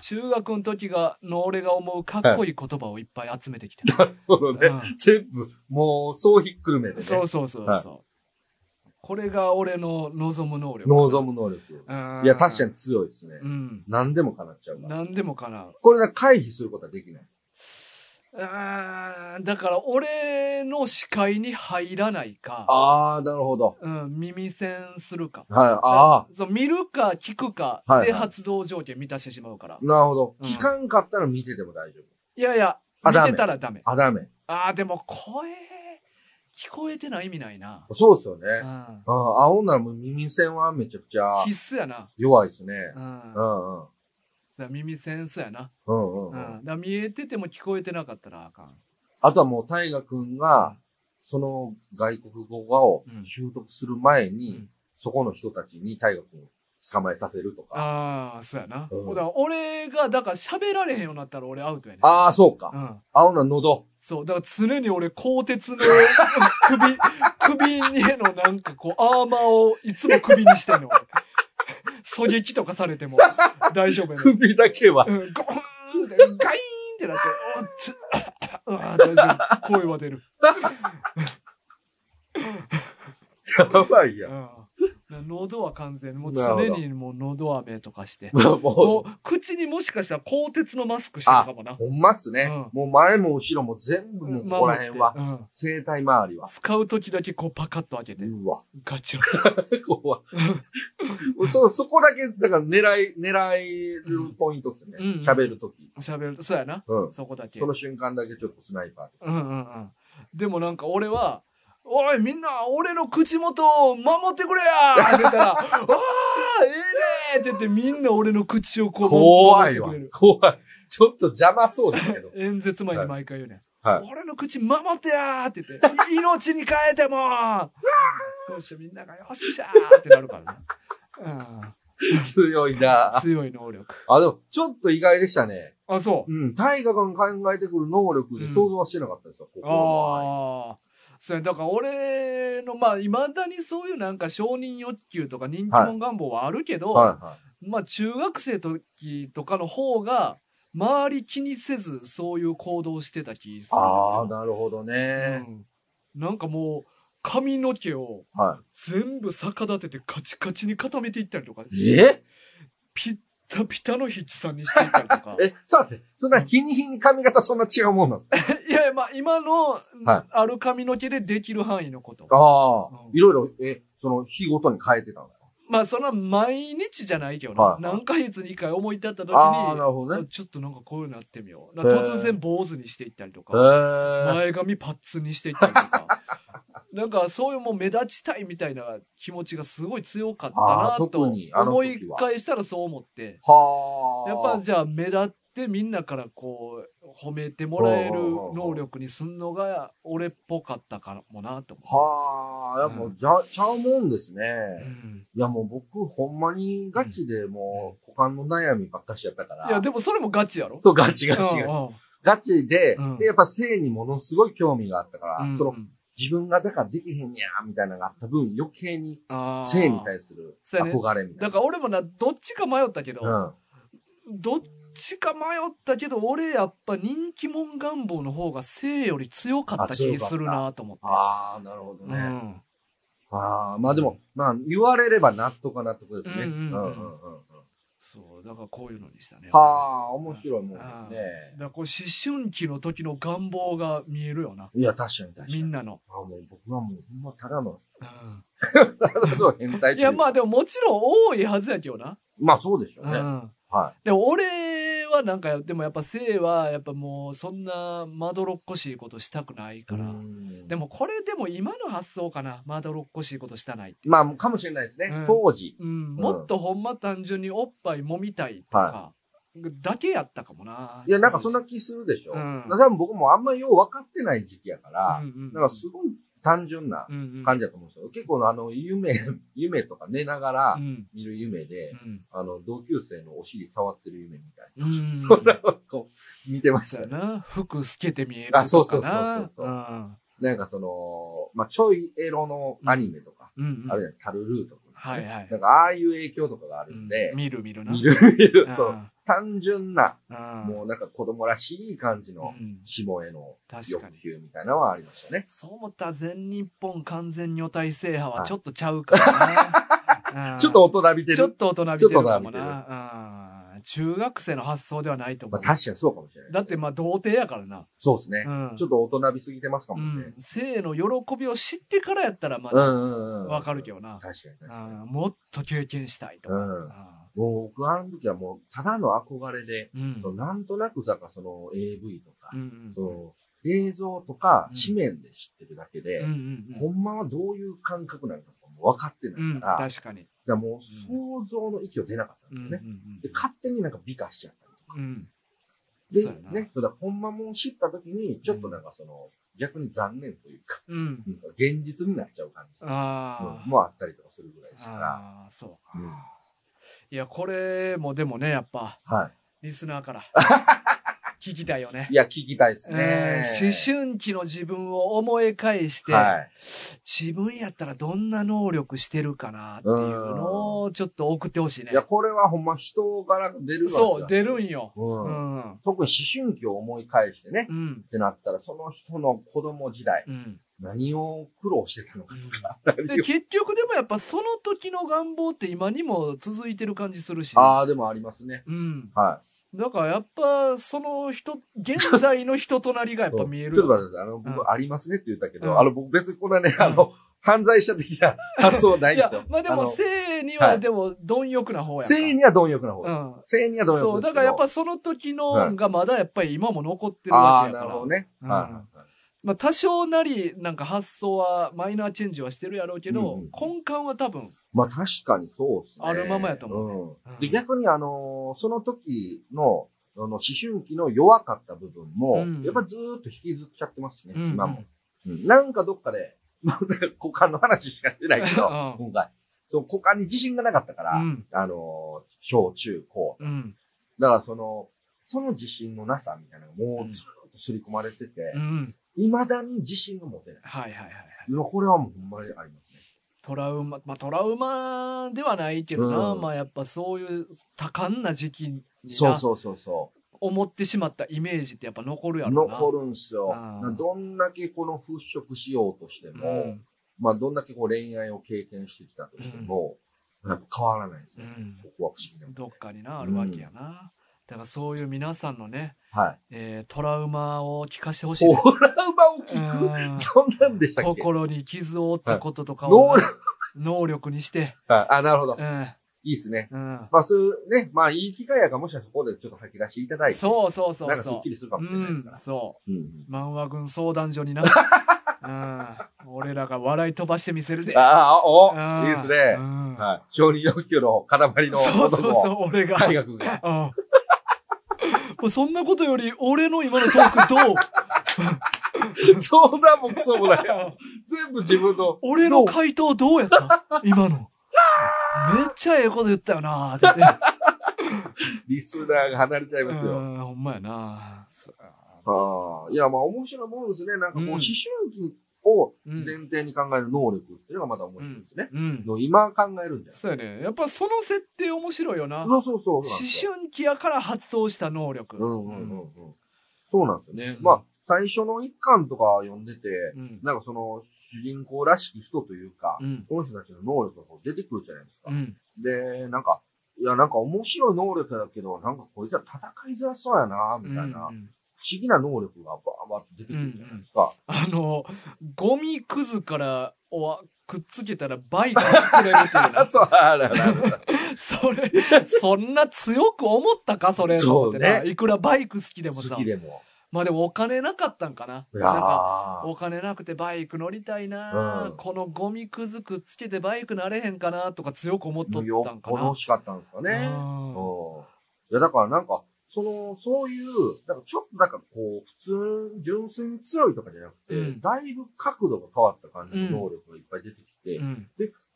中学の時が、の俺が思うかっこいい言葉をいっぱい集めてきた。そうね。全部、もう、そうひっくるめうでんそねう。そうそうそう。はいこれが俺の望む能力。望む能力。むいや、確かに。強いですね。うん。何でも叶っちゃうから。何でもかな。これが回避することはできない。あーだから俺の視界に入らないか、ああ、なるほど。うん、耳栓するか。はい、ああ。そう見るか聞くかはいではい発動条件満たしてしまうから。なるほど。うん聞かんかったら見てても大丈夫。いやいや、あ見ダメてたらダメ。あ、ダメ。ああ、でも声、聞こえてない意味ないな。そうですようね。ん。ああ、青ならもう耳栓はめちゃくちゃ必須やな。弱いですね。うんう。んうん。さ耳栓そうやな。うんうん。うんうん。だから見えてても聞こえてなかったらあかん。あとはもう大河君が、その外国語を習得する前に、うんそこの人たちに大河君を捕まえさせるとか。ああ、そうやな。うんだから俺が、だから喋られへんようになったら俺アウトやね。ああ、そうか。うん。青なら喉。そう。だから常に俺、鋼鉄の [laughs] 首、首にへのなんかこう、アーマーをいつも首にしてんの俺。 [laughs] 狙撃とかされても大丈夫やね。首だけは。うん、ゴーンって、ガイーンってな [laughs] って、おっちゅ、うわ大丈夫。声は出る。やばいや。うんん、喉は完全に、もうなるほど常にもう喉飴とかして。ももう、う、口にもしかしたら鋼鉄のマスクしてるかもな。ほんまっすね。うんもう前も後ろも全部もうここ守らって辺は。うん生体周りは。使う時だけこうパカッと開けて、[laughs] うわ。ガチャ。怖い。 [laughs] そ、そこだけ、だから狙い、狙えるポイントですねうんうん。喋、るとき。喋る。そうやな。うん。そこだけ。そうのん瞬間だけちょっとスナイパーとうか。んうん。でもなんか俺は、おい、みんな、俺の口元を守ってくれやって言ったら、ああええねって言って、みんな俺の口をこう、怖いわ守ってくれる。。怖い。ちょっと邪魔そうです [laughs] けど。演説前に毎回言うねん。はい俺の口守ってやーって言 [laughs] って、い命に変えてもよっしゃ、みんながよっしゃーってなるからね。 [laughs] 強いうんな強い能力。あ、でも、ちょっと意外でしたね。あ、そう。うん。大河君考えてくる能力で想像はしてなかったですよ、心のああ。そうやだから俺の、まあ、いまだにそういうなんか承認欲求とか人気者願望はあるけど、はいはまあ中学生の時とかの方が、周り気にせずそういう行動してた気すい。るああ、んだなるほどけど。ね。うんなんかもう、髪の毛をは全部逆立ててカチカチに固めていったりとか、い。え。ピッタピタのヒッチさんにしていったりとか [laughs] え、さて、そんな日に日に髪型そんな違うもんなんですかいやいや、まあ今のはいある髪の毛でできる範囲のこと。ああう、んいろいろ、え、その日ごとに変えてたんですかまあそんな毎日じゃないけどね、はい何ヶ月に一回思い立った時ああ、なに、るほどね。ちょっとなんかこういうのやってみよう。なんか突然坊主にしていったりとか。へえ。前髪パッツンにしていったりと [laughs] か。なんかそういうもう目立ちたいみたいな気持ちがすごい強かったあーなと特にあの時は思い返したらそう思って。はあ。やっぱじゃあ目立ってみんなからこう褒めてもらえる能力にすんのが俺っぽかったかもなと思っはあ、やっぱ、うじゃ、ちゃうもんですね。て。うんいや、もう僕、ほんまにガチで、もう、股間の悩みばっかしやったから。いやでもそれもガチやろそう、ガチガチうんガチ。うんガチでうん、でやっぱ性にものすごい興味があったから、うんその、自分がだからできへんやーみたいなのがあった分、余計にあー性に対するそうやね憧れみたいだな。から俺もなどっちか迷ったけど、うん。どっちか迷ったけど、俺やっぱ人気者願望の方が性より強かった気するなと思って。ああ、なるほどうね。ん。ああ、まあでも、まあ、言われれば納得は納得ですね。うううんんうんんううんんううんん。そう、だからこういうのにしたね。はあ、面白いもんですあーだね。からこう思春期の時の願望が見えるよな。いや、確かに確かに。みんなの。あもう僕はもう、ほんまただの、うただの変態ん、いや、まあ。あでももちろん多いはずやけどな。まあそうでしょううね。ん。はでも俺はなんか、でもやっぱ性はやっぱもうそんなまどろっこしいことしたくないい。から。うんでもこれでも今の発想かな。まどろっこしいことしたないって。まあ、かもしれないですね。うん当時。うん、もっとほんま単純におっぱい揉みたいとか、だけやったかもな。いや、なんかそんな気するでしょ。ううんん、多分僕もあんまよう分かってない時期やから、うんうん、なんかすごい単純なうんうん、感じだと思うんですよ。結構あの、夢、 [laughs] 夢とか寝ながうらん見る夢で、うんあの、同級生のお尻触ってる夢みたいうんうん、な。そんなのこう、見てましそたうやね。な。服透けて見えるとかな。あそうそうそうそうそううんなんかその、まあ、ちょいエロのアニメとか、うんうん、あるじゃない、タルルーとか、はいはいなんかああいう影響とかがあるんで、見る見るな。見る見るう、んそう。単純な、うんもうなんか子供らしい感じうの、ん、下への確か欲に。求みたいなのはありましたね。そう思ったら全日本完全女体制覇はちょっとちゃうから [laughs] なうんちょっと大人びてちょっる。と大人びてるかもちょっと大な。うん中学生の発想ではないと思まあう。確かにそうかもしれない。だって、まあ童貞やからな。そうですねう。んちょっと大人びすぎてますかうもねん。、性の喜びを知ってからやったらまうだんうんうん。わかるど。けどな、確かに確かに。うんもっと経験したいとうか、ん。もう僕あの時はもうただの憧れで、うんうんそのなんとなくさかその AV とかう、んその映像とかうん紙面で知ってるだけうんうで、んうほんんまはどういう感覚なのかも分かってうないんから、だか確かに、らもう想像の域を出なかったんうでんすうよんね。で、勝手になんか美化しちゃったりとか。うんうんでそうやな、ね、それだほんまもん知った時に、ちょっとなんかその、逆に残念というか、うんなんか現実になっちゃう感じあーもあったりとかするぐらいですから。あーそううんいやこれもでもねやっぱはリスナーから [laughs] 聞きたいよねい。いや、聞きたいですえね。ー思春期の自分を思い返して、はい。自分やったらどんな能力してるかなっていうのをちょっと送ってほしいねいや、これはほんま人柄が出るわけだそう出るんよ、う。うんん特に思春期を思い返してね、うんってなったら、その人の子供時代、 [laughs] うん何を苦労してたのかとか。 [laughs] で結局でもやっぱその時の願望って今にも続いてる感じするし、 [laughs] ああ、でもありますね。うん、はだからやっぱその人現在の人となりがやっい。ぱ見え [laughs] ちょっとる待ってください。あの、うん僕、ありますねって言ったけうんど、あの、僕別にこれね、んあの、犯罪者的な発想ないいんですやよ。まあであもの性にははいでも貪欲な方やんか性には貪欲な方でうんす。性には貪欲そうだですけどからやっぱその時のがまだやっぱり今も残ってるあわあ、けやなかるら、ほどね。うんはいはいはいまあ多少なりなんか発想はマイナーチェンジはしてるやろうけど、うんうん根幹は多分、まあ確かにそうですね。あるままやと思ううねうんん。で、逆にあのーその時の、あの、思春期の弱かった部分も、うんやっぱずーっと引きずっちゃってますね、うん今も、うんなんかどっかで、 [laughs] まあ、股間の話しかしてないけうど、ん今回。その股間に自信がなかったから、うんあのー小中高。うんだからその、その自信のなさみたいなのがもうずーっと刷り込まれててう、ん未だに自信が持てない。はいはいはいはいいやこれはもうほんまにありますね。トラウマまあトラウマではないけどな、うんまあやっぱそういう多感な時期になそうそうそうそう。思ってしまったイメージってやっぱ残るやろうな残るんすよあー。どんだけこの払拭しようとしても、うんまあどんだけこう恋愛を経験してきたとしても、やっぱ変わらないですうね。んここは不思議なもんどっかになあるわけやな、だからそういう皆さんのね、 [laughs] はい。えートラウマを聞かしてほしいね、オラウマを聞くうん [laughs] そんなんでしたっけ心に傷を負ったこととかを能な力。能力にして、はいあ、なるほどう。んいいですね。うん、まあそういうね、まあいい機会やからもしかしたらここでちょっと吐き出していただいて、そうそうそなうんかスッそキリするかう、うもしれないですんか、ら。そうんうんう漫画軍相談所に [laughs] な、うん、俺らが笑い飛ばしてみせるでああ、おうんいいですねう。んはい。承認欲求の塊のそうそうそ男うを、俺が大 [laughs] 学が。うんもうそんなことより俺の今のトーク [laughs] どうそうだもクソもない。全部自分の。俺の回答どうやった今の。めっちゃええこと言ったよな [laughs] って言って。リスナーが離れちゃいますよ。うん、ほんまやなそああ、いや、まあ面白いもんですね。なんかもううん思春期をうん前提に考える能力っていうのがまだ面白いですね。うん。の今考えるんじゃないそうやね。やっぱその設定面白いよな。思そうそうそう。そうなんですよ春期やから発想した能力。うんうんうんうん。そうなんですよねう。んまあ、最初の一巻とか読んでて、うん。なんかその主人公らしき人というか、うん。この人たちの能力がこう出てくるじゃないですかう。ん。で、なんか、いや、なんか面白い能力だけど、なんかこいつは戦いづらそうやな、みたいな、う不思ん議な能力がバーバーって出てくるじゃないですか。あの、ゴミくずからをくっつけたらバイク作れるっていう [laughs] なあ、。そう、あらららそれ、そんな強く思ったかそれ。と思ってなそうねいくらバイク好きでもさ。好きでも。まあでもお金なかったんかな。いやなんかーお金なくてバイク乗りたいな、うんこのゴミくずくっつけてバイクなれへんかなとか強く思っとよったんっかぽどな欲。しかったんですかね。うんうんいや、だからなんか、その、そういう、なんかちょっとなんかこう、普通、純粋に強いとかじゃなくて、うんだいぶ角度が変わった感じの能力がいっぱい出てきて、うん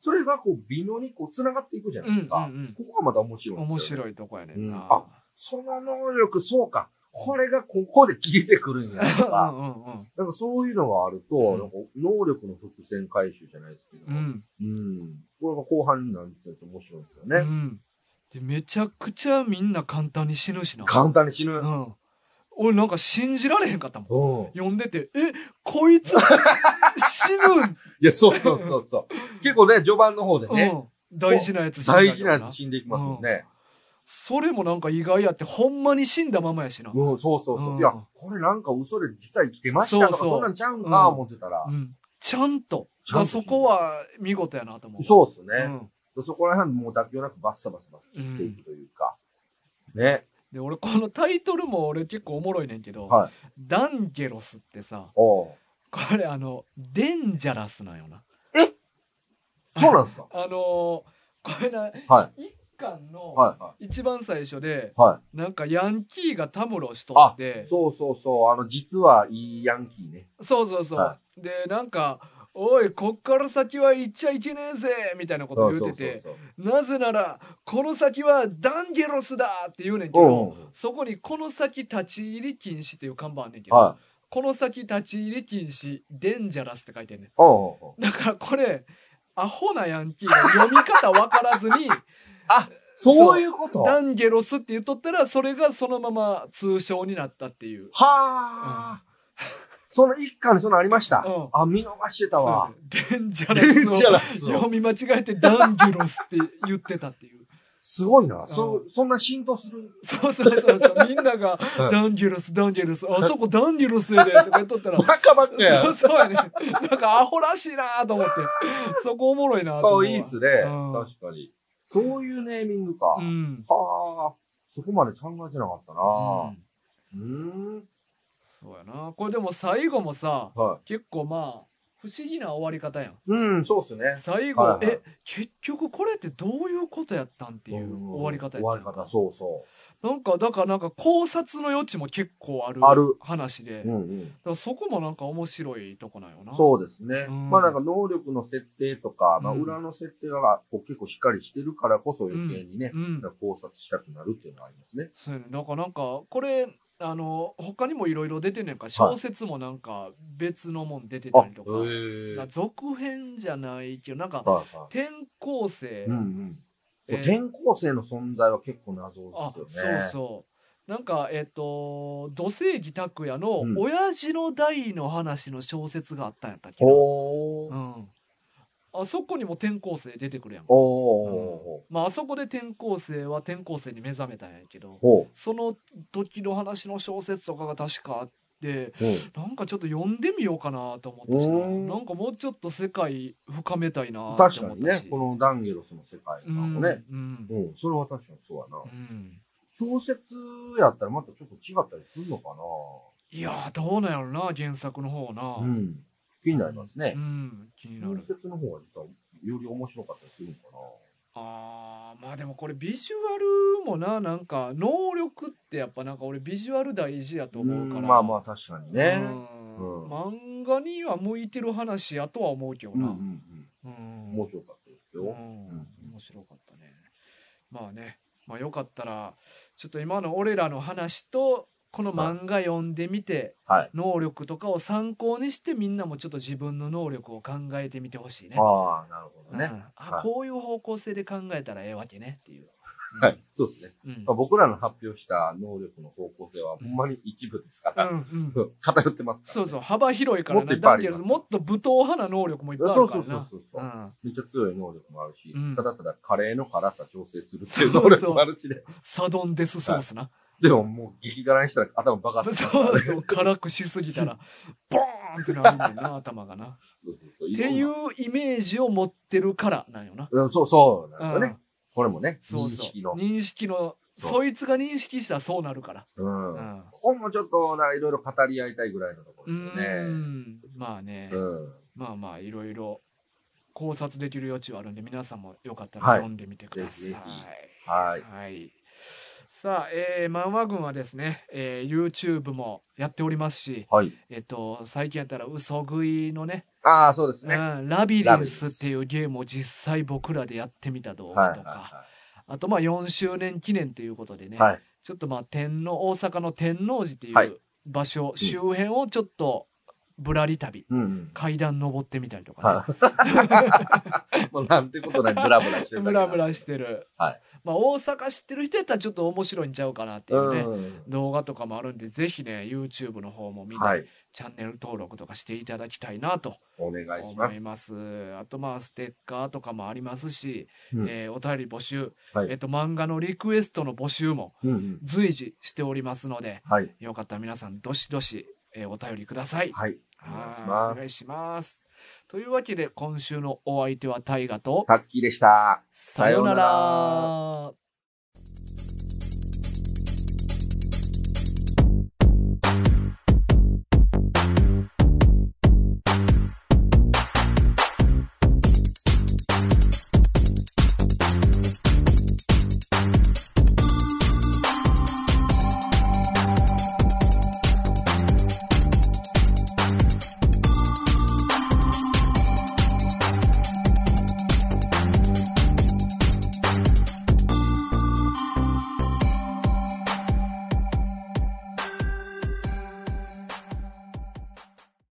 それがこう、微妙にこう、繋がっていくじゃないですか。うんうんうんここがまた面白い、面い。白いとこやねんうんな。あその能力、そうか。これがここで切れてくるんや [laughs] とうか、んうんうんなんかそういうのがあると、うんなんか能力の伏線回収じゃないですけど、うんうん。これが後半になると面白いですようね。んでめちゃくちゃみんな簡単に死ぬしな。簡単に死ぬ。ううん。ん、俺なんか信じられへんかったもん。い読んでて、え、こいつ死ぬん、や、そうそうそうそう。 [laughs] 結構ね、序盤の方で [laughs] ね、うん、大事なやつ死んだ大よ事なやつ死んでいきますもんね。それもなんか意外やって、ほんまに死んだままやしな。うん、そうそうそうう。んいや、これなんか嘘で実は生きてましたとか、そうそうそんなんちゃうんかうん思ってたらう。ん、ちゃんと。ちゃんとそこは見事やなと思う。そうっすうね。んそこら辺もう妥協なくバッサバサバッサ切っていくというか。ね。で俺このタイトルも俺結構おもろいねんけど、はいダンゲロスってさおうこれあのデンジャラスなんよなそうなんですかあのーこれなは一巻のはいは一番最初で、い。はい。なんかヤンキーがたむろしとっあて、そうそうそう。あの、実はいいヤンキーね。そうそうそう、はでなんか「おいこっから先は行っちゃいけねえぜ」みたいなこと言うててそうそうなぜならこの先はダンゲロスだって言うねんけそうど、うんうんそこにこの先立ち入り禁止っていう看板あんねんけど、はい。この先立ち入り禁止デンジャラスって書いてんねんおうおうおうだからこれアホなヤンキーが読み方わからずに [laughs] そういうことダンゲロスって言っとったらそれがそのまま通称になったっていうはあ、その一巻にそのありました。うんあ、見逃してたわ。そうデンジャラレスンジャをラスを読 [laughs] み間違えてダンゲロスって言ってたっていうすごいな。そ、そんな浸透する。そうそうそうそうみんながうんダンゲロスダンゲロスあそこダンゲロスやでとか言っとったらバカばっかやそう。そうやね。なんかアホらしいなと思って。そこおもろいなと思。そうう、いいっすね。うん確かに。そういうネーミングか。うん。はあ、そこまで考えてなかったな。うーん。そうやな。これでも最後もさ、は結構まあ、不思議な終わり方やん。い。うん、そうっすね。最後、はいはいえ、結局これってどういうことやったんっていう終わり方や終ったわやんり方、そうそなんか、だからなんか考察の余地も結構あるある話で、う。うだんうん。からそこもなんか面白いとこなんよな。そうですね。うんまあなんか能力の設定とか、まあうん裏の設定がこう結構しっかりしてるからこそ余計にね、うん。考察したくなるっていうのはありますね。そうやね。だからなんか、これ、あの、他にもいろいろ出てんねんか、小説もなんか別のもん出てたりとか、へな続編じゃないけど、なんか、はいは転校生、い。うんうん。えー転校生の存在は結構謎あですよそね。うそうなんかえっ、と土星儀拓也の「親父の代」の話の小説があったんやったっけな、うんおー。あそこにも転校生出てくるやんおーおまああそこで転校生は転校生に目覚めたんやけどーおー。その時の話の小説とかが確かあっておーなんかちょっと読んでみようかなと思ったしなうんなんかもうちょっと世界深めたいなうん。って確思かっにたねし、このダンゲロスの世界う観んもね。うんうん、それは確かにそうやなう。ん小説やったらまたちょっと違ったりするのかいやーどうなんやろな原作の方な、な。うん。気になりますねう。ん、気にな小る。説の方が実はより面白かったりするのかあーまあでもこれビジュアルもななんか能力ってやっぱなんか俺ビジュアル大事やとな。思うからんまあまあ確かにね。うんうん漫画には向いてる話やとは思うけどうんうな、んうんうん。面白かったですうよ。んうん面白かったねまあねまあよかったらちょっと今の俺らの話とこの漫画読んでみて、はい能力とかを参考にしてみんなもちょっと自分の能力を考えてみてほしいね。ああ、なるほどね、ね。あ、はいこういう方向性で考えたらええわけねっていう。うんはい。。そうですね。うん。まあ僕らの発表した能力の方向性はほんまに一部ですかうら。んうんうん偏ってますかそらうね。そう、幅広いからもっといな。っぱいだありけまど、すもっと武闘派な能力もいっぱいあそるうかそらうそうな。そうそうう。ん。めっちゃ強い能力もあるし、うんただただカレーの辛さ調整するっていう能力もあるしね。サドンデスソースな。 [laughs] でももう激辛にしたら頭バカっそてうそう、辛くしすぎたら、ボーンってなるんだよな、頭がな。っっていうイメージを持ってるからなんよな。うん、そう、そうなんですようんね。これもね、そう認そう。識の。認識の、そうそいつが認識したらそうなるから。うん。うこん。こもちょっと、ないろいろ語り合いたいぐらいのとこうろですよね。ん。まあね。うん。まあまあいろいろ考察できる余地はあるんで皆さんもよかったらはい読んでみてください。ぜははいい。さあ、えー、漫画群はですね、えー YouTube もやっておりますし、はい。えっと、最近やったら嘘食いのね、ああ、そうですね。うん、ラビリンスっていうゲームを実際僕らでやってみた動はい画。とか、はあとまあ4周年記念ということでね、い。はい。ちょっとまあ天皇、大阪の天王寺っていはうい場所、周辺をちょっとぶらり旅、うんうん。階段登ってみたりとかね。はい。 [laughs] もうなんてことない、ブラブラしてるだムけなラんで。ムラしてる、はいまあ、大阪知ってる人やったらちょっと面白いんちゃうかなっていうね、うん。動画とかもあるんでぜひね YouTube の方も見て、はい。チャンネル登録とかしていただきたいなとお願いしま思すい。ますあとまあステッカーとかもありますし、うんえーお便り募集、はいえっと漫画のリクエストの募集もうんうん。随時しておりますのではい。よかったら皆さんどしどし、えーお便りください、はい。お願いしはいおま願いす。しますというわけで今週のお相手は大ガとタッキーでした。さようなさようなら